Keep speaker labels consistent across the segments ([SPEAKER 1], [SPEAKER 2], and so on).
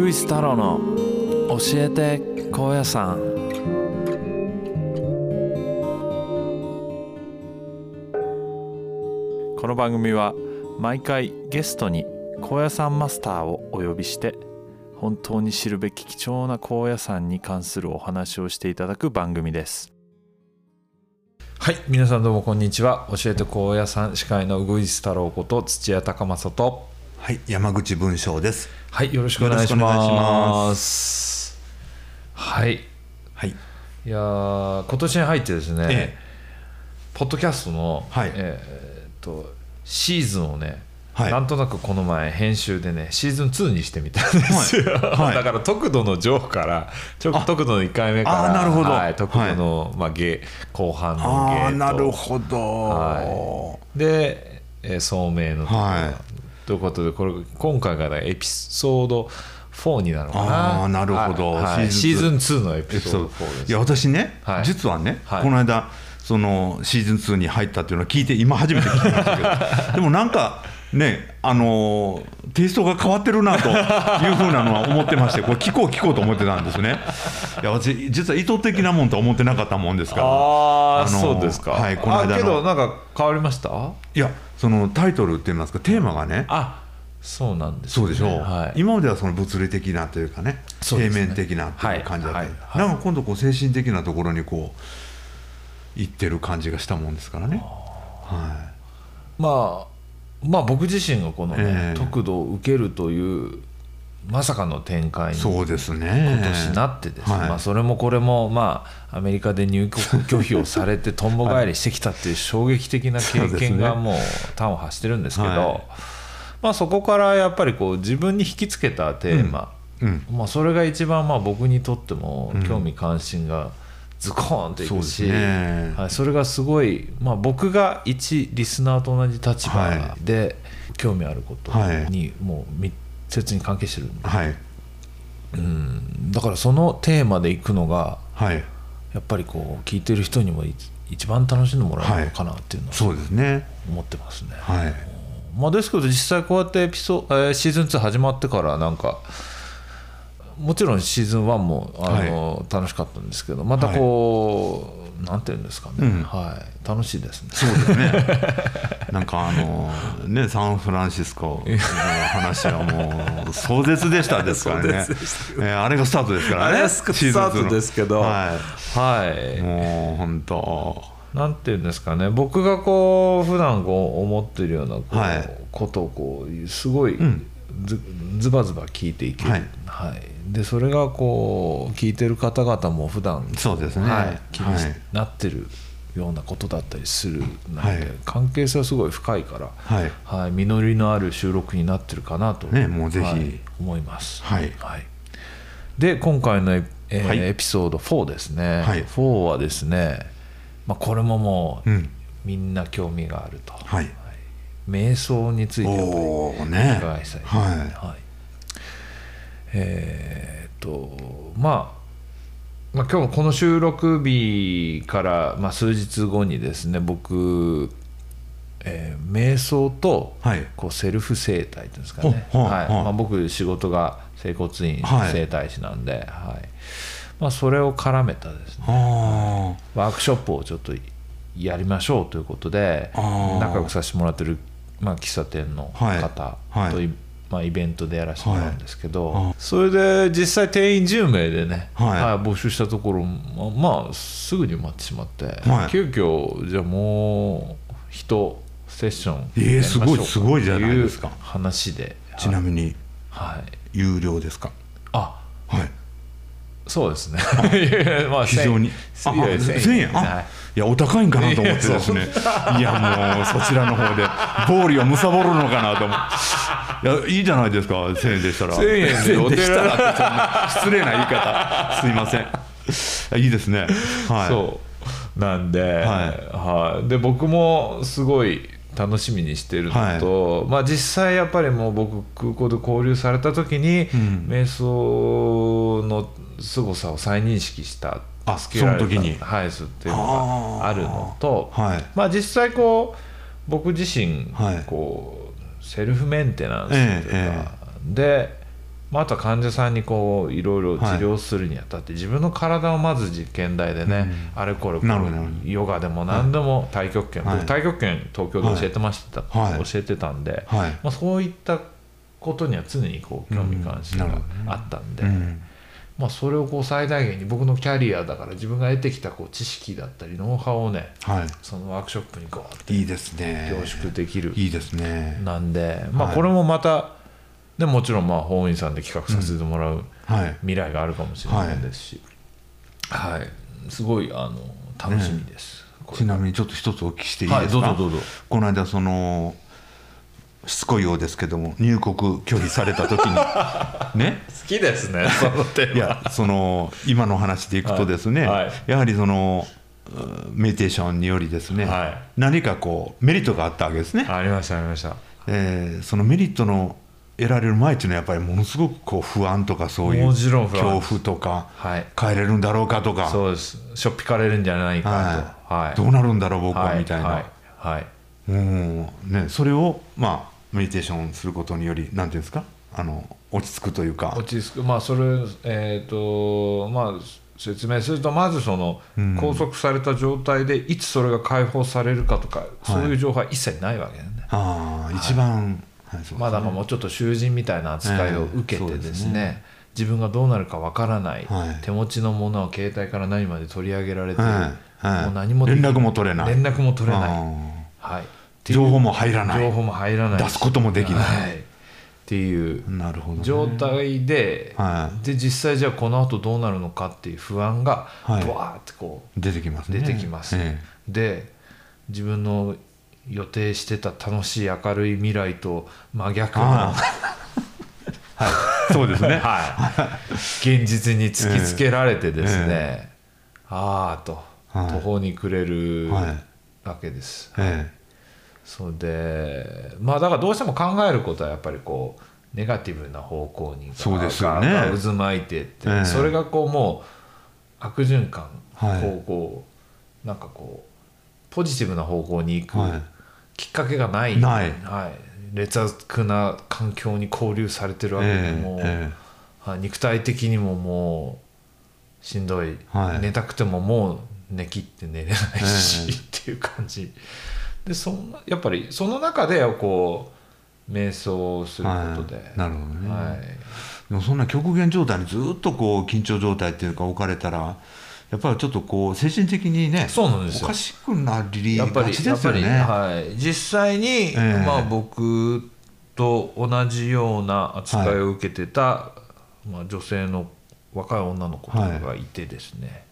[SPEAKER 1] ウイス太郎の教えて高野山この番組は毎回ゲストに高野山マスターをお呼びして本当に知るべき貴重な高野山に関するお話をしていただく番組ですはい皆さんどうもこんにちは教えて高野山司会のウグイス太郎こと土屋隆正と
[SPEAKER 2] はい、山口文章です。
[SPEAKER 1] はい、よろしくお願いします。
[SPEAKER 2] よろしくお願いしま
[SPEAKER 1] はい、い
[SPEAKER 2] はい、
[SPEAKER 1] やー今年に入ってですね、
[SPEAKER 2] ええ
[SPEAKER 1] ポッドキャストの、
[SPEAKER 2] はい
[SPEAKER 1] えーっとシーズンをね、
[SPEAKER 2] はい
[SPEAKER 1] なんとなくこの前編集でねシーズン2にしてみたんですよ、
[SPEAKER 2] は い
[SPEAKER 1] だから特度の上からちょ
[SPEAKER 2] あ
[SPEAKER 1] 特度の1回目から
[SPEAKER 2] あーなるほど
[SPEAKER 1] はい、特度の、まあ、ゲ後半のゲ
[SPEAKER 2] ああ、
[SPEAKER 1] と
[SPEAKER 2] なるほど。
[SPEAKER 1] はで、えー、聡明のところ、
[SPEAKER 2] はい
[SPEAKER 1] ということでこれ今回からエピソード4になるのかな
[SPEAKER 2] あーなるほど
[SPEAKER 1] はいはいシー
[SPEAKER 2] シー
[SPEAKER 1] ズ
[SPEAKER 2] ズ
[SPEAKER 1] ン
[SPEAKER 2] ン
[SPEAKER 1] 2のエピ
[SPEAKER 2] エピ
[SPEAKER 1] ソード
[SPEAKER 2] ソード
[SPEAKER 1] 4です
[SPEAKER 2] いや、私ね、
[SPEAKER 1] はい
[SPEAKER 2] 実はね、
[SPEAKER 1] はい
[SPEAKER 2] この間、そのシーズン2に入ったっていうのは聞いて、今初めて聞きました けど。でも、なんか、ね、あのーテイストが変わってるなというふうなのは思ってまして、これ聞こう聞こうと思ってたんですね。いや、私、実は意図的なもんとは思ってなかったもんですから。
[SPEAKER 1] ああ
[SPEAKER 2] あのー
[SPEAKER 1] そうですか、
[SPEAKER 2] はいこの間の
[SPEAKER 1] あけどなんか変わりました
[SPEAKER 2] いや、そのタイトルって言いますか、テーマがね。
[SPEAKER 1] あそうなんです、ね、
[SPEAKER 2] そうでしょう、
[SPEAKER 1] はい、
[SPEAKER 2] 今まではその物理的なというかね
[SPEAKER 1] そうですね
[SPEAKER 2] 平面的なっていう感じだった、
[SPEAKER 1] はいはい
[SPEAKER 2] なんか今度こう精神的なところにこう行ってる感じがしたもんですからね、は
[SPEAKER 1] まあまあ僕自身がこの、ね
[SPEAKER 2] ええ
[SPEAKER 1] 特度を受けるというまさかの展開
[SPEAKER 2] い、
[SPEAKER 1] に
[SPEAKER 2] そうですね
[SPEAKER 1] 今年なってですね、
[SPEAKER 2] はい
[SPEAKER 1] まあ、それもこれも、まあ、アメリカで入国拒否をされて、とんぼ返りしてきたっていう衝撃的な経
[SPEAKER 2] そうです
[SPEAKER 1] 験
[SPEAKER 2] ね
[SPEAKER 1] がもう端を発してるんですけど、
[SPEAKER 2] はい
[SPEAKER 1] まあ、そこからやっぱりこう自分に引きつけたテーマ、
[SPEAKER 2] うん
[SPEAKER 1] まあ、それが一番まあ僕にとっても
[SPEAKER 2] うん
[SPEAKER 1] 興味関心がズコーンとい
[SPEAKER 2] そう
[SPEAKER 1] く
[SPEAKER 2] です
[SPEAKER 1] し、
[SPEAKER 2] ね、
[SPEAKER 1] はい、それがすごい、まあ、僕が一リスナーと同じ立場で、興味あることにもう密接に関係してるんで。
[SPEAKER 2] はい
[SPEAKER 1] うん、だからそのテーマで行くのが
[SPEAKER 2] はい
[SPEAKER 1] やっぱりこう聞いてる人にもい一番楽しんでもらえるのかなっていうのは
[SPEAKER 2] そうですね
[SPEAKER 1] 思ってますね、
[SPEAKER 2] はい
[SPEAKER 1] まあ、ですけど実際こうやってエピソ、えーシーズン2始まってからなんかもちろんシーズン1もあの、楽しかったんですけどまたこう、なんていうんですかね、
[SPEAKER 2] うん
[SPEAKER 1] はい、楽しいですね
[SPEAKER 2] そうで すねなんかあのねサンフランシスコの話はもう壮絶でしたですからね
[SPEAKER 1] 壮絶でした
[SPEAKER 2] えーあれがスタートですからね
[SPEAKER 1] あれがス
[SPEAKER 2] シズン
[SPEAKER 1] タ
[SPEAKER 2] 2の
[SPEAKER 1] ートですけど
[SPEAKER 2] はい
[SPEAKER 1] はい
[SPEAKER 2] もう本当
[SPEAKER 1] なんていうんですかね僕がこう普段こう思ってるようなこう、
[SPEAKER 2] はい
[SPEAKER 1] ことをこうすごい
[SPEAKER 2] ん
[SPEAKER 1] ず,、ズバズバ聞いていける、は
[SPEAKER 2] はいい
[SPEAKER 1] でそれがこう聞いてる方々も普段
[SPEAKER 2] そうですね
[SPEAKER 1] はい、気にし
[SPEAKER 2] はい
[SPEAKER 1] なってるようなことだったりするので、
[SPEAKER 2] はい
[SPEAKER 1] 関係性はすごい深いから、
[SPEAKER 2] はい
[SPEAKER 1] はい、実りのある収録になってるかなと、
[SPEAKER 2] ねもうぜひ
[SPEAKER 1] はい思います。
[SPEAKER 2] はい
[SPEAKER 1] で今回のエ,、えー
[SPEAKER 2] はい
[SPEAKER 1] エピソード4ですね、
[SPEAKER 2] はい
[SPEAKER 1] 4はですね、まあ、これももう、
[SPEAKER 2] うん
[SPEAKER 1] みんな興味があると、
[SPEAKER 2] はい
[SPEAKER 1] 瞑想についてやっぱり
[SPEAKER 2] おおね
[SPEAKER 1] 伺いしたいですね
[SPEAKER 2] は
[SPEAKER 1] はい、えーっとまあまあ、今日この収録日から、まあ、数日後にですね僕、えー瞑想と、
[SPEAKER 2] はい
[SPEAKER 1] こうセルフ整体っていうんですかね、
[SPEAKER 2] ほほ
[SPEAKER 1] はい
[SPEAKER 2] ほ
[SPEAKER 1] まあ、僕仕事が整骨院
[SPEAKER 2] はい
[SPEAKER 1] 整体師なんで、はいまあ、それを絡めたですね
[SPEAKER 2] いあ
[SPEAKER 1] ワークショップをちょっとやりましょうということで
[SPEAKER 2] あー
[SPEAKER 1] 仲良くさせてもらってる、まあ、喫茶店の
[SPEAKER 2] はい
[SPEAKER 1] 方
[SPEAKER 2] はい
[SPEAKER 1] といまあ、イベントでやらせてもらうんですけど、
[SPEAKER 2] はいあ
[SPEAKER 1] それで実際定員10名でね、
[SPEAKER 2] はい
[SPEAKER 1] 募集したところままあすぐに埋まってしまって、
[SPEAKER 2] はい
[SPEAKER 1] 急遽じゃあもう人セッション
[SPEAKER 2] えー
[SPEAKER 1] やりましょうか
[SPEAKER 2] すごいすごいじゃないですか
[SPEAKER 1] ってう話で
[SPEAKER 2] あちなみに
[SPEAKER 1] はい、
[SPEAKER 2] 有料ですか
[SPEAKER 1] あ
[SPEAKER 2] はい
[SPEAKER 1] そうですね いやいやまあ
[SPEAKER 2] 非常に
[SPEAKER 1] 1000
[SPEAKER 2] ああ
[SPEAKER 1] いやいや
[SPEAKER 2] 1000円
[SPEAKER 1] は
[SPEAKER 2] あ
[SPEAKER 1] い
[SPEAKER 2] いやお高いんかなと思ってですねいやもうそちらの方で暴利を貪るのかなと思っていやいいじゃないですか1000円でしたら
[SPEAKER 1] 1000円でお寺
[SPEAKER 2] 1000でしたらってそんな失礼な言い方すいませんいやいいですねはい
[SPEAKER 1] そうなんで、
[SPEAKER 2] は
[SPEAKER 1] はいで僕もすごい楽しみにしてるのと、まあ、実際やっぱりもう僕空港で交流された時に、
[SPEAKER 2] ん
[SPEAKER 1] 瞑想の凄さを再認識した
[SPEAKER 2] あ
[SPEAKER 1] 助けられた
[SPEAKER 2] その時に
[SPEAKER 1] ハイスっていうのがあるのと
[SPEAKER 2] あーはい
[SPEAKER 1] まあ、実際こう僕自身
[SPEAKER 2] はい
[SPEAKER 1] こう、セルフメンテナンスというか、
[SPEAKER 2] ええ
[SPEAKER 1] でまあ、あとは患者さんにこういろいろ治療するにあたって、自分の体をまず実験台でね、あれこれこ
[SPEAKER 2] なるほどなるほ
[SPEAKER 1] うヨガでも何でも太極拳、
[SPEAKER 2] はい
[SPEAKER 1] 僕太極拳東京で教えてました、
[SPEAKER 2] はい
[SPEAKER 1] 教えてたんで、
[SPEAKER 2] はい
[SPEAKER 1] まあ、そういったことには常にこう興味関心
[SPEAKER 2] うんな
[SPEAKER 1] が
[SPEAKER 2] るほどね
[SPEAKER 1] あったんで、
[SPEAKER 2] うん
[SPEAKER 1] まあ、それをこう最大限に僕のキャリアだから自分が得てきたこう知識だったりノウハウをね
[SPEAKER 2] は
[SPEAKER 1] そのワークショップにこう
[SPEAKER 2] いいいですね
[SPEAKER 1] 凝縮できる
[SPEAKER 2] いいですね
[SPEAKER 1] なんで、ま
[SPEAKER 2] は
[SPEAKER 1] あ、
[SPEAKER 2] い
[SPEAKER 1] これもまた、でもちろんまあ法院さんで企画させてもらう
[SPEAKER 2] はい
[SPEAKER 1] 未来があるかもしれないですし、はいすごいあの楽しみです、これ
[SPEAKER 2] ちなみにちょっと一つお聞きしていい
[SPEAKER 1] はい
[SPEAKER 2] ですか、
[SPEAKER 1] どうぞどうぞ
[SPEAKER 2] この間そのしつこいようですけども入国拒否された時 にね
[SPEAKER 1] 好きです ねそのテーマ
[SPEAKER 2] いやその今の話でいくとですね、
[SPEAKER 1] はいはい
[SPEAKER 2] やはりそのうんメディテーションによりですね、
[SPEAKER 1] はい
[SPEAKER 2] 何かこうメリットがあったわけですね、
[SPEAKER 1] ありましたありました
[SPEAKER 2] えーそのメリットの得られる前っていうのはやっぱりものすごくこう不安とかそういう
[SPEAKER 1] もちろん不安
[SPEAKER 2] 恐怖とか、
[SPEAKER 1] はい
[SPEAKER 2] 帰れるんだろうかとか、
[SPEAKER 1] そうですしょっぴかれるんじゃないかと
[SPEAKER 2] はい
[SPEAKER 1] はい
[SPEAKER 2] どうなるんだろう僕
[SPEAKER 1] は
[SPEAKER 2] はみたいな、
[SPEAKER 1] はいはい
[SPEAKER 2] うんね、それを、まあ、メディテーションすることによりなんていうんですかあの落ち着くというか
[SPEAKER 1] 落ち着くまあそれえっ、とまあ説明するとまずその
[SPEAKER 2] うん
[SPEAKER 1] 拘束された状態でいつそれが解放されるかとか、そういう情報は一切ないわけだよね、
[SPEAKER 2] ああ一番、はいそうですね
[SPEAKER 1] まだまあもうちょっと囚人みたいな扱いを受け
[SPEAKER 2] ええそ
[SPEAKER 1] て
[SPEAKER 2] うですね
[SPEAKER 1] ですね,、自分がどうなるかわからない、
[SPEAKER 2] はい
[SPEAKER 1] 手持ちのものは携帯から何まで取り上げられて、
[SPEAKER 2] はいはい
[SPEAKER 1] もう何もでき
[SPEAKER 2] 連絡も取れない
[SPEAKER 1] 連絡も取れない、
[SPEAKER 2] あ
[SPEAKER 1] はい、
[SPEAKER 2] ー情報も入らない
[SPEAKER 1] 情報も入らない
[SPEAKER 2] 出すこともできない、
[SPEAKER 1] はい、っていう
[SPEAKER 2] なるほどね、
[SPEAKER 1] 状態で、
[SPEAKER 2] はい
[SPEAKER 1] で実際じゃあこの後どうなるのかっていう不安がブ
[SPEAKER 2] はい
[SPEAKER 1] ワーってこ
[SPEAKER 2] 出てきます
[SPEAKER 1] う
[SPEAKER 2] ね
[SPEAKER 1] 出てきます、
[SPEAKER 2] え
[SPEAKER 1] で自分の予定してた楽しい明るい未来と真逆の、
[SPEAKER 2] あえそうですね
[SPEAKER 1] はい、現実に突きつけられて ですね、ああと
[SPEAKER 2] はい
[SPEAKER 1] 途方に暮れる
[SPEAKER 2] はい
[SPEAKER 1] わけです、
[SPEAKER 2] え
[SPEAKER 1] そうでまあだからどうしても考えることはやっぱりこうネガティブな方向に
[SPEAKER 2] そうですよね
[SPEAKER 1] ガーガー渦巻いてって、
[SPEAKER 2] ええ
[SPEAKER 1] それがこうもう悪循環、
[SPEAKER 2] はい
[SPEAKER 1] こうこうなんかこうポジティブな方向に行く
[SPEAKER 2] はい
[SPEAKER 1] きっかけがない、
[SPEAKER 2] ない
[SPEAKER 1] はい、劣悪な環境に交流されてるわけで
[SPEAKER 2] え
[SPEAKER 1] もう、
[SPEAKER 2] え
[SPEAKER 1] はい、肉体的にももうしんどい、
[SPEAKER 2] はい
[SPEAKER 1] 寝たくてももう寝切って寝れないし、
[SPEAKER 2] え
[SPEAKER 1] っていう感じでそんなやっぱりその中でこう瞑想をす
[SPEAKER 2] え
[SPEAKER 1] る
[SPEAKER 2] は
[SPEAKER 1] ことで、
[SPEAKER 2] い、なるほどね、
[SPEAKER 1] はい
[SPEAKER 2] でもそんな極限状態にずっとこう緊張状態っていうか置かれたらやっぱりちょっとこう精神的にね
[SPEAKER 1] そうなんです
[SPEAKER 2] お
[SPEAKER 1] よ
[SPEAKER 2] かしくなり
[SPEAKER 1] や
[SPEAKER 2] が
[SPEAKER 1] っぱり
[SPEAKER 2] ち
[SPEAKER 1] や
[SPEAKER 2] で
[SPEAKER 1] っ
[SPEAKER 2] す
[SPEAKER 1] ぱ
[SPEAKER 2] よ
[SPEAKER 1] り、
[SPEAKER 2] ね。
[SPEAKER 1] はい、実際に、
[SPEAKER 2] ええ
[SPEAKER 1] まあ、僕と同じような扱いを受けてた、まあ、女性の若い女の子とかがいてですね、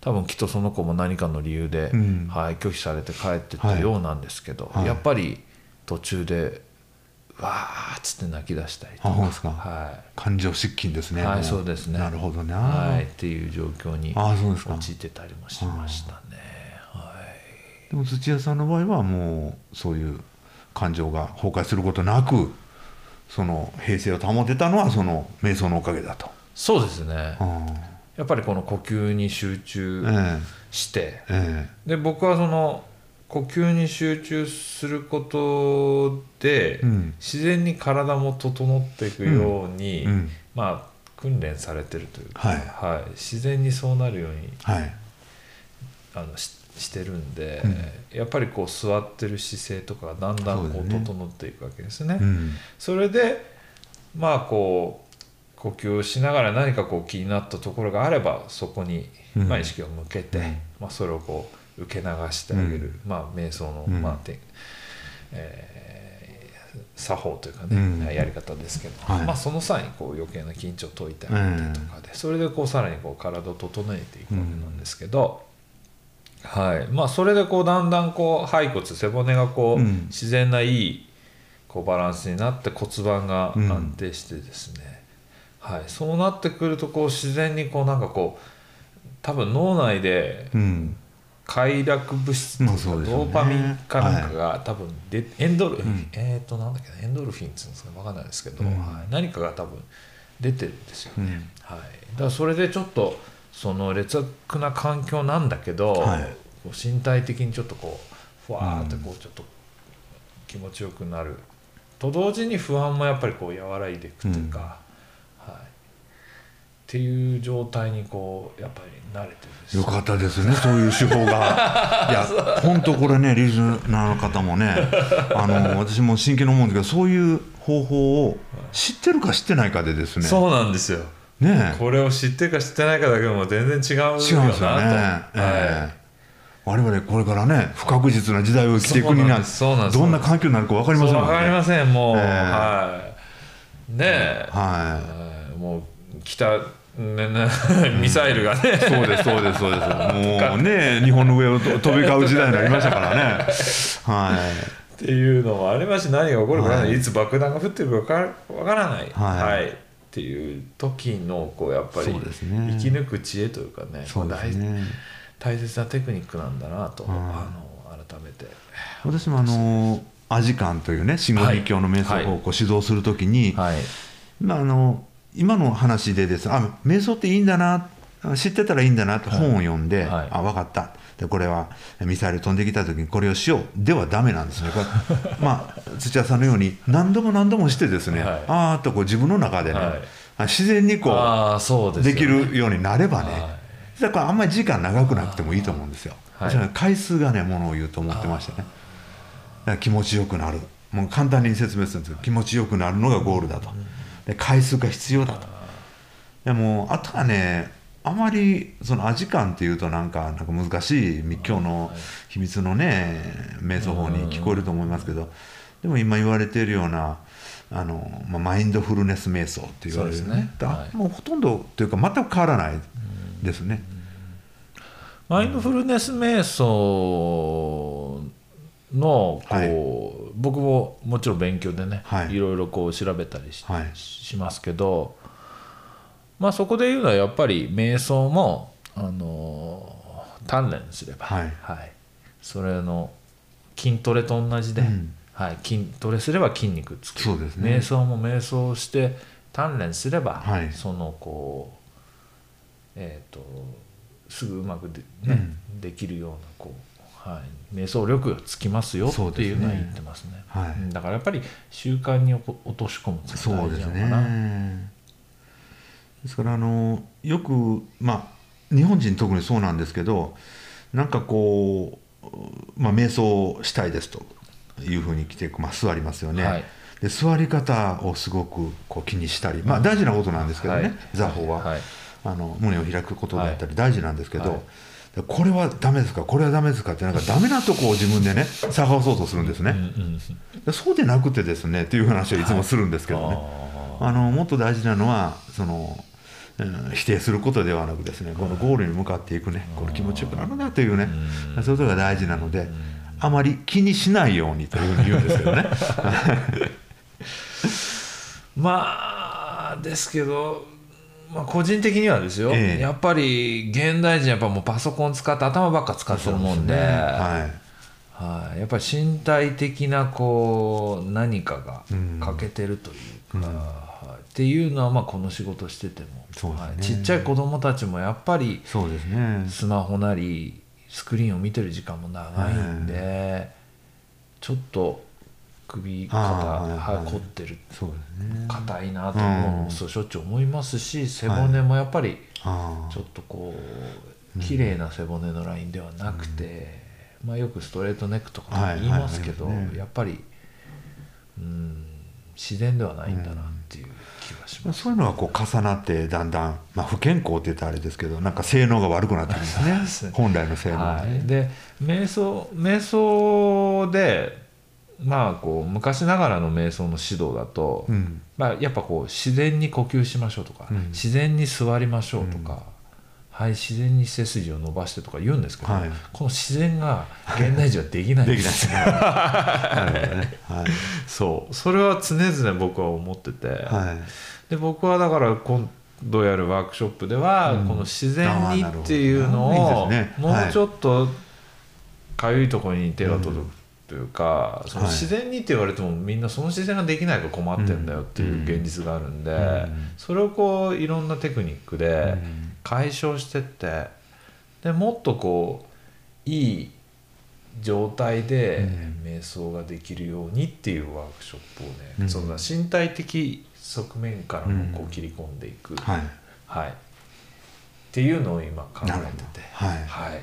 [SPEAKER 1] 多分きっとその子も何かの理由で、
[SPEAKER 2] うん
[SPEAKER 1] はい、拒否されて帰ってったようなんですけど、
[SPEAKER 2] はい
[SPEAKER 1] やっぱり途中でわーっつって泣き出したりとか、
[SPEAKER 2] あほんですか、
[SPEAKER 1] は
[SPEAKER 2] 感情失禁です
[SPEAKER 1] い
[SPEAKER 2] ね。
[SPEAKER 1] は
[SPEAKER 2] も
[SPEAKER 1] い、そうですね
[SPEAKER 2] なるほどね。
[SPEAKER 1] はい、っていう状況に
[SPEAKER 2] ああそうですか
[SPEAKER 1] 陥ってたりもしましたね。はい
[SPEAKER 2] でも土屋さんの場合はもうそういう感情が崩壊することなくその平静を保てたのはその瞑想のおかげだと。
[SPEAKER 1] そうですね
[SPEAKER 2] う。ん
[SPEAKER 1] やっぱりこの呼吸に集
[SPEAKER 2] え
[SPEAKER 1] 中
[SPEAKER 2] え
[SPEAKER 1] して、
[SPEAKER 2] え
[SPEAKER 1] で僕はその呼吸に集中することで、
[SPEAKER 2] うん
[SPEAKER 1] 自然に体も整っていくように、
[SPEAKER 2] えうん
[SPEAKER 1] まあ訓練されてるというか、
[SPEAKER 2] はい
[SPEAKER 1] はい自然にそうなるように
[SPEAKER 2] はい
[SPEAKER 1] あのししてるんで、やっぱりこう座ってる姿勢とかがだんだんこ
[SPEAKER 2] そう
[SPEAKER 1] う
[SPEAKER 2] だよね
[SPEAKER 1] 整っていくわけですね。
[SPEAKER 2] うん
[SPEAKER 1] それでまあこう呼吸をしながら何かこう気になったところがあればそこに、
[SPEAKER 2] うん
[SPEAKER 1] まあ、意識を向けて、
[SPEAKER 2] うん
[SPEAKER 1] まあ、それをこう受け流してあげる、
[SPEAKER 2] うん
[SPEAKER 1] まあ、瞑想の、
[SPEAKER 2] うん
[SPEAKER 1] まあてえー作法というかね、
[SPEAKER 2] うん
[SPEAKER 1] やり方ですけど、
[SPEAKER 2] はい
[SPEAKER 1] まあ、その際にこう余計な緊張を解いてあげてとかで、それでこうさらにこう体を整えていくわけなんですけど。はいまあ、それでこうだんだんこう背骨背骨がこう、
[SPEAKER 2] うん
[SPEAKER 1] 自然ないいこうバランスになって骨盤が
[SPEAKER 2] うん
[SPEAKER 1] 安定してですね、はい、そうなってくるとこう自然にこうなんかこう多分脳内で
[SPEAKER 2] うん
[SPEAKER 1] 快楽物質と
[SPEAKER 2] まあそう
[SPEAKER 1] か
[SPEAKER 2] でしょう
[SPEAKER 1] ド
[SPEAKER 2] ね
[SPEAKER 1] ーパミンかなんかが多分でエンドル、
[SPEAKER 2] ん
[SPEAKER 1] えっ、となんだっけなエンドルフィンっつうんですか分かんないですけど、
[SPEAKER 2] うん
[SPEAKER 1] はい、何かが多分出てるんですよね、
[SPEAKER 2] うん
[SPEAKER 1] はい、だからそれでちょっとその劣悪な環境なんだけど、
[SPEAKER 2] はい
[SPEAKER 1] こう身体的にちょっとこうふわーってこうちょっと気持ちよくなる、と同時に不安もやっぱりこう和らいでいくというか、はい、っていう状態にこうやっぱり慣れてるし
[SPEAKER 2] よかったですね、そういう手法 が。いや、本当これね、リスナーの方もね、あの私も真剣に思うんですけど、そういう方法を知ってるか知ってないかでですね、
[SPEAKER 1] そうなんですよ
[SPEAKER 2] ね
[SPEAKER 1] これを知ってるか知ってないかだけでも全然違うよなと
[SPEAKER 2] 違うんですよね。
[SPEAKER 1] は
[SPEAKER 2] ええ我々これからね、不確実な時代を生きていくに
[SPEAKER 1] そうなん
[SPEAKER 2] な
[SPEAKER 1] ですそうなんです
[SPEAKER 2] どんな環境になるか分か
[SPEAKER 1] い、
[SPEAKER 2] りません
[SPEAKER 1] そう
[SPEAKER 2] もん
[SPEAKER 1] わかりま
[SPEAKER 2] ね。
[SPEAKER 1] せんもう、
[SPEAKER 2] ええ
[SPEAKER 1] はいねえ、
[SPEAKER 2] は
[SPEAKER 1] はいもう北ねねミサイルがね、
[SPEAKER 2] い、そうです、そうです、そうです、もうね、日本の上を飛び交う時代になりましたか らね。はい
[SPEAKER 1] っていうのもありますし何が起こるかわからない、
[SPEAKER 2] はい
[SPEAKER 1] い、つ爆弾が降ってるかわからわからない、
[SPEAKER 2] はい
[SPEAKER 1] っていう時のこうやっぱり
[SPEAKER 2] そうですね
[SPEAKER 1] 生き抜く知恵というかね
[SPEAKER 2] そうですね
[SPEAKER 1] 大大切なテクニックなんだなと、
[SPEAKER 2] はい
[SPEAKER 1] あの改めて
[SPEAKER 2] 私もあのアジカンというね信号日教の瞑想法をこう指導するときに、
[SPEAKER 1] はい
[SPEAKER 2] まあ、あの今の話でですあ瞑想っていいんだなあ知ってたらいいんだなと本を読んで、
[SPEAKER 1] はい
[SPEAKER 2] あ分かったでこれはミサイル飛んできた時にこれをしようではダメなんですねこれまあ土屋さんのように何度も何度もしてですね、
[SPEAKER 1] はい
[SPEAKER 2] あーっとこう自分の中でね、
[SPEAKER 1] はい
[SPEAKER 2] あ自然にこう
[SPEAKER 1] ああそうです
[SPEAKER 2] で
[SPEAKER 1] よね
[SPEAKER 2] きるようになればね、
[SPEAKER 1] は
[SPEAKER 2] だからあんまり時間長くなくてもいいと思うんですよ、
[SPEAKER 1] はい
[SPEAKER 2] 私は回数がねものを言うと思ってましたねだから気持ちよくなるもう簡単に説明するんですけど気持ちよくなるのがゴールだとで回数が必要だとでもあとはねあまりその味感っていうとなんかなんか難しい密教の秘密のね瞑想法に聞こえると思いますけどでも今言われているようなあの、まあ、マインドフルネス瞑想って言われる
[SPEAKER 1] そうですね
[SPEAKER 2] だ
[SPEAKER 1] はい
[SPEAKER 2] もうほとんどというか全く変わらないですね。
[SPEAKER 1] マインドフルネス瞑想のこう、
[SPEAKER 2] はい
[SPEAKER 1] 僕ももちろん勉強でね、、
[SPEAKER 2] はいい
[SPEAKER 1] ろいろこう調べたりし,、
[SPEAKER 2] はい
[SPEAKER 1] しますけど、まあ、そこで言うのはやっぱり瞑想も、あのー鍛錬すれば、
[SPEAKER 2] はい
[SPEAKER 1] それの筋トレと同じで、
[SPEAKER 2] うん
[SPEAKER 1] はい、筋トレすれば筋肉つく
[SPEAKER 2] そうですね
[SPEAKER 1] 瞑想も瞑想して鍛錬すれば、
[SPEAKER 2] はい
[SPEAKER 1] そのこうえー、とすぐうまくで,、ねできるようなこう、はい、瞑想力がつきますよ
[SPEAKER 2] そう
[SPEAKER 1] って
[SPEAKER 2] で
[SPEAKER 1] い
[SPEAKER 2] すね
[SPEAKER 1] うのは言ってますね
[SPEAKER 2] はい
[SPEAKER 1] うんだからやっぱり習慣におこ落とし込むっていうのが
[SPEAKER 2] そう
[SPEAKER 1] 大
[SPEAKER 2] で
[SPEAKER 1] 事
[SPEAKER 2] す
[SPEAKER 1] なのかな、
[SPEAKER 2] ね。ですからあのよくまあ日本人特にそうなんですけど、なんかこうまあ瞑想したいですというふうに来てまあ座りますよね。
[SPEAKER 1] はい
[SPEAKER 2] で座り方をすごくこう気にしたり、まあ大事なことなんですけどね。座法は、
[SPEAKER 1] はい
[SPEAKER 2] あの胸を開くことだったり大事なんですけど。
[SPEAKER 1] はい
[SPEAKER 2] でこれはダメですかこれはダメですかってなんかダメなとこを自分でね探そうとするんですね、
[SPEAKER 1] うんうん
[SPEAKER 2] でそうでなくてですねっていう話をいつもするんですけどね、
[SPEAKER 1] あ
[SPEAKER 2] あのもっと大事なのはその、うん否定することではなくですねこのゴールに向かっていくねこれ気持ちよくなるなというね
[SPEAKER 1] うん
[SPEAKER 2] そういうことが大事なのであまり気にしないようにというふうに言うんですけ どね
[SPEAKER 1] ーまあですけど、まあ、個人的にはですよ、
[SPEAKER 2] ええ
[SPEAKER 1] やっぱり現代人やっぱもうパソコン使って頭ばっか使ってるもんで
[SPEAKER 2] は
[SPEAKER 1] はい、やっぱり身体的なこう何かが欠けてるというか、はいっていうのはまあこの仕事してても、
[SPEAKER 2] そうですね
[SPEAKER 1] はい、ちっちゃい子供たちもやっぱり
[SPEAKER 2] いそうですね
[SPEAKER 1] スマホなりスクリーンを見てる時間も長いんで、ちょっと首肩、
[SPEAKER 2] あーはい
[SPEAKER 1] は
[SPEAKER 2] はい
[SPEAKER 1] い、凝ってる
[SPEAKER 2] そうですね
[SPEAKER 1] 硬いなと思う、
[SPEAKER 2] うん
[SPEAKER 1] そうしょっちゅう思いますし背骨もやっぱり、
[SPEAKER 2] あ
[SPEAKER 1] ちょっとこう綺麗な背骨のラインではなくて、まあ、よくストレートネックとかも言いますけど、
[SPEAKER 2] はいはいはい
[SPEAKER 1] やっぱりうん自然ではないんだなっていう気がし
[SPEAKER 2] あ
[SPEAKER 1] ます。
[SPEAKER 2] そういうのがこう重なってだんだん、まあ、不健康って言ったらあれですけどなんか性能が悪くなってくる んですね
[SPEAKER 1] すね
[SPEAKER 2] 本来の性能が、
[SPEAKER 1] はい、で瞑想瞑想でまあこう昔ながらの瞑想の指導だと、
[SPEAKER 2] うん
[SPEAKER 1] まあ、やっぱこう自然に呼吸しましょうとか、
[SPEAKER 2] うん
[SPEAKER 1] 自然に座りましょうとか、はい、自然に背筋を伸ばしてとか言うんですけど、
[SPEAKER 2] はい
[SPEAKER 1] この自然が現代人はできないん
[SPEAKER 2] で
[SPEAKER 1] で
[SPEAKER 2] きないですす
[SPEAKER 1] よ
[SPEAKER 2] ねなるほどねはい
[SPEAKER 1] そうそれは常々僕は思ってて、
[SPEAKER 2] はい
[SPEAKER 1] で僕はだから今度やるワークショップでは、
[SPEAKER 2] うん
[SPEAKER 1] この自然にっていうの
[SPEAKER 2] あ
[SPEAKER 1] を
[SPEAKER 2] ーなるほど
[SPEAKER 1] も
[SPEAKER 2] ねいいですねはいう
[SPEAKER 1] ちょっとかゆいところに手が届くというか、その自然にって言われてもみんなその自然ができないから困ってんだよっていう現実があるんで、
[SPEAKER 2] うん
[SPEAKER 1] それをこういろんなテクニックで解消してってでもっとこういい
[SPEAKER 3] 状態で
[SPEAKER 2] う
[SPEAKER 3] 瞑想ができるようにっていうワークショップをね、
[SPEAKER 2] うん
[SPEAKER 3] その身体的側面からもこ
[SPEAKER 2] うん
[SPEAKER 3] う切り込んでいく、
[SPEAKER 2] はい
[SPEAKER 3] はい、っていうのを今考えて
[SPEAKER 2] なるほど
[SPEAKER 3] て
[SPEAKER 2] はい
[SPEAKER 3] はい、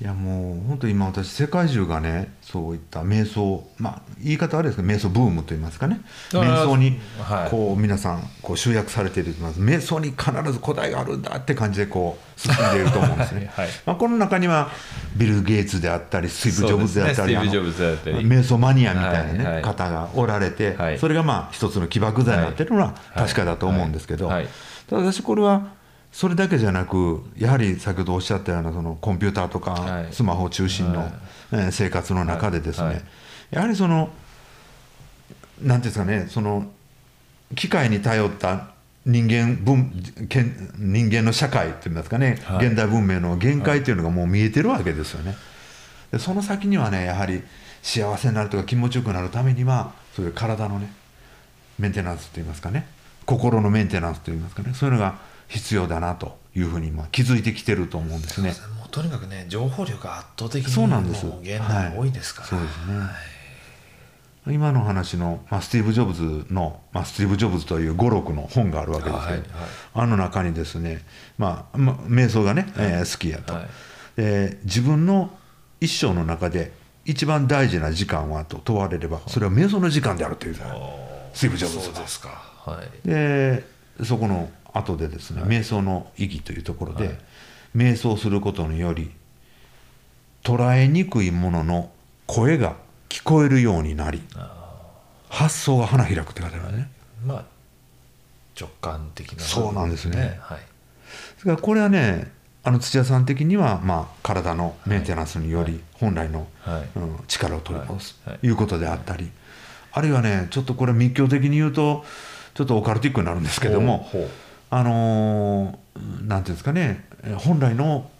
[SPEAKER 2] いやもう本当今私世界中がねそういった瞑想まあ言い方あれですけど瞑想ブームと言いますかね
[SPEAKER 3] あー
[SPEAKER 2] 瞑想に
[SPEAKER 3] はい
[SPEAKER 2] こう皆さんこう集約されていると思います瞑想に必ず答えがあるんだって感じでこう進んでいると思うんです ね
[SPEAKER 3] はい
[SPEAKER 2] まあ、この中にはビル・ゲイツであったりスティーブ・ジョブズであったり、
[SPEAKER 3] そう
[SPEAKER 2] あ
[SPEAKER 3] ですねスティーブジョ
[SPEAKER 2] の
[SPEAKER 3] ブズだったり
[SPEAKER 2] 瞑想マニアみたいな、ね
[SPEAKER 3] はいはい
[SPEAKER 2] 方がおられて、
[SPEAKER 3] はい
[SPEAKER 2] それがまあ一つの起爆剤になってるのは確かだと思うんですけど、
[SPEAKER 3] はいはい
[SPEAKER 2] ただ私これはそれだけじゃなくやはり先ほどおっしゃったようなそのコンピューターと
[SPEAKER 3] は
[SPEAKER 2] か
[SPEAKER 3] い
[SPEAKER 2] スマホを中心の
[SPEAKER 3] はい
[SPEAKER 2] えー生活の中でですね、
[SPEAKER 3] はいはい
[SPEAKER 2] やはりそのなんていうんですかねその機械に頼った人間文けん人間の社会っていうんですかね、
[SPEAKER 3] はい
[SPEAKER 2] 現代文明の限界っていうのがもう見えてるわけですよね。でその先にはねやはり幸せになるとか気持ちよくなるためにはそういう体のねメンテナンスといいますかね心のメンテナンスといいますかねそういうのが必要だなというふうに今気づいてきてると思うんですね。
[SPEAKER 3] もうとにかくね情報量が圧倒的に
[SPEAKER 2] そうなんです
[SPEAKER 3] もう現代
[SPEAKER 2] はい
[SPEAKER 3] 多いですから、
[SPEAKER 2] そうですね今の話の、まあ、スティーブ・ジョブズの、まあ、スティーブ・ジョブズという語録の本があるわけですけど、
[SPEAKER 3] はいはい
[SPEAKER 2] あの中にですね、まあ、ま瞑想がね、えー好きやと、
[SPEAKER 3] はい
[SPEAKER 2] で自分の一生の中で一番大事な時間はと問われればそれは瞑想の時間であるというスティーブ・ジョブズ
[SPEAKER 3] そう
[SPEAKER 2] は
[SPEAKER 3] ですかはい
[SPEAKER 2] でそこの後でですね、瞑想の意義というところで、瞑想することにより捉えにくいものの声が聞こえるようになり発想が花開くって書いてあるね、
[SPEAKER 3] まあ直感的な
[SPEAKER 2] そうなんですね
[SPEAKER 3] はい
[SPEAKER 2] それからこれはねあの土屋さん的には、まあ、体のメンテナンスにより本来の、
[SPEAKER 3] はい
[SPEAKER 2] うん力を取り戻す、
[SPEAKER 3] はいはい
[SPEAKER 2] ということであったり、あるいはねちょっとこれ密教的に言うとちょっとオカルティックになるんですけども
[SPEAKER 3] ほうほう
[SPEAKER 2] あのーなんていうんですかねえー本来の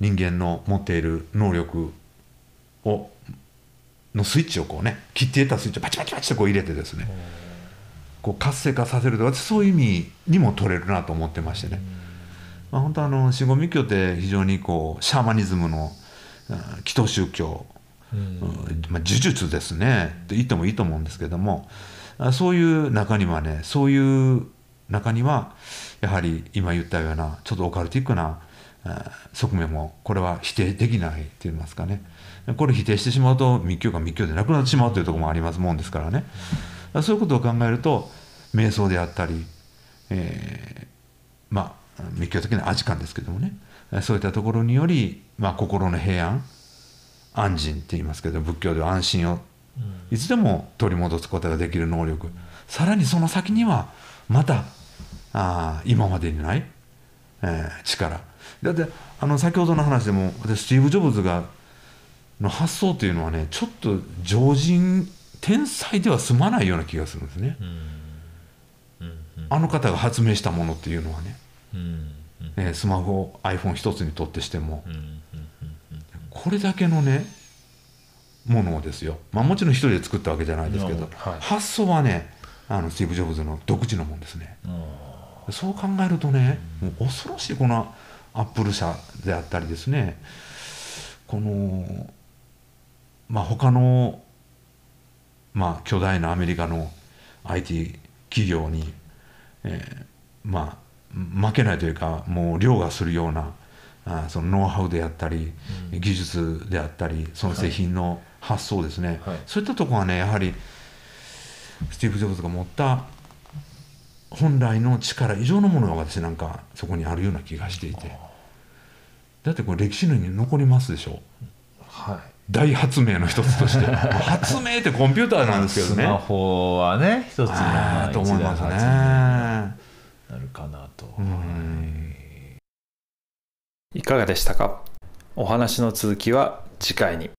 [SPEAKER 2] 人間の持っている能力をのスイッチをこうね切っていたスイッチをバチバチバチとこう入れてですねこう活性化させるとかそういう意味にも取れるなと思ってましてね、まあ、本当あの死後密教って非常にこうシャーマニズムのうん祈祷宗教
[SPEAKER 3] うん
[SPEAKER 2] うんまあ、呪術ですねと言ってもいいと思うんですけどもあそういう中にはねそういう中にはやはり今言ったようなちょっとオカルティックなあ側面もこれは否定できないと言いますかねこれ否定してしまうと密教が密教でなくなってしまうというところもありますもんですからねそういうことを考えると瞑想であったり、えーまあ密教的なアジカンですけどもねそういったところにより、まあ、心の平安安心って言いますけど仏教では安心をいつでも取り戻すことができる能力さらにその先にはまたあー今までにない、えー力だってあの先ほどの話でも私スティーブ・ジョブズがの発想というのはねちょっと常人天才では済まないような気がするんですね、あの方が発明したものっていうのはね、
[SPEAKER 3] うん
[SPEAKER 2] えースマホ iPhone 一つにとってしても、
[SPEAKER 3] うん
[SPEAKER 2] これだけのねものをですよ、まあ、もちろん一人で作ったわけじゃないですけ
[SPEAKER 3] い
[SPEAKER 2] ど
[SPEAKER 3] や、はい
[SPEAKER 2] 発想はねあのスティーブ・ジョブズの独自のもんですねそう考えるとねもう恐ろしいこのアップル社であったりですねこのまあ他のまあ巨大なアメリカの IT 企業に、えーまあ負けないというかもう凌駕するようなあーそのノウハウであったり、技術であったりその製品の発想ですね、
[SPEAKER 3] はい
[SPEAKER 2] そういったところはねやはりスティーブ・ジョブズが持った本来の力以上のものが私なんかそこにあるような気がしていてだってこれ歴史に残りますでしょ
[SPEAKER 3] は
[SPEAKER 2] 大発明の一つとして 発明ってコンピューター
[SPEAKER 3] い
[SPEAKER 2] なんですけどね
[SPEAKER 3] スマホはね一つのま
[SPEAKER 2] あ
[SPEAKER 3] あ
[SPEAKER 2] ーと思います
[SPEAKER 3] 一大発明
[SPEAKER 2] ね。
[SPEAKER 3] になるかなと
[SPEAKER 2] うん
[SPEAKER 1] いかがでしたかお話の続きは次回に。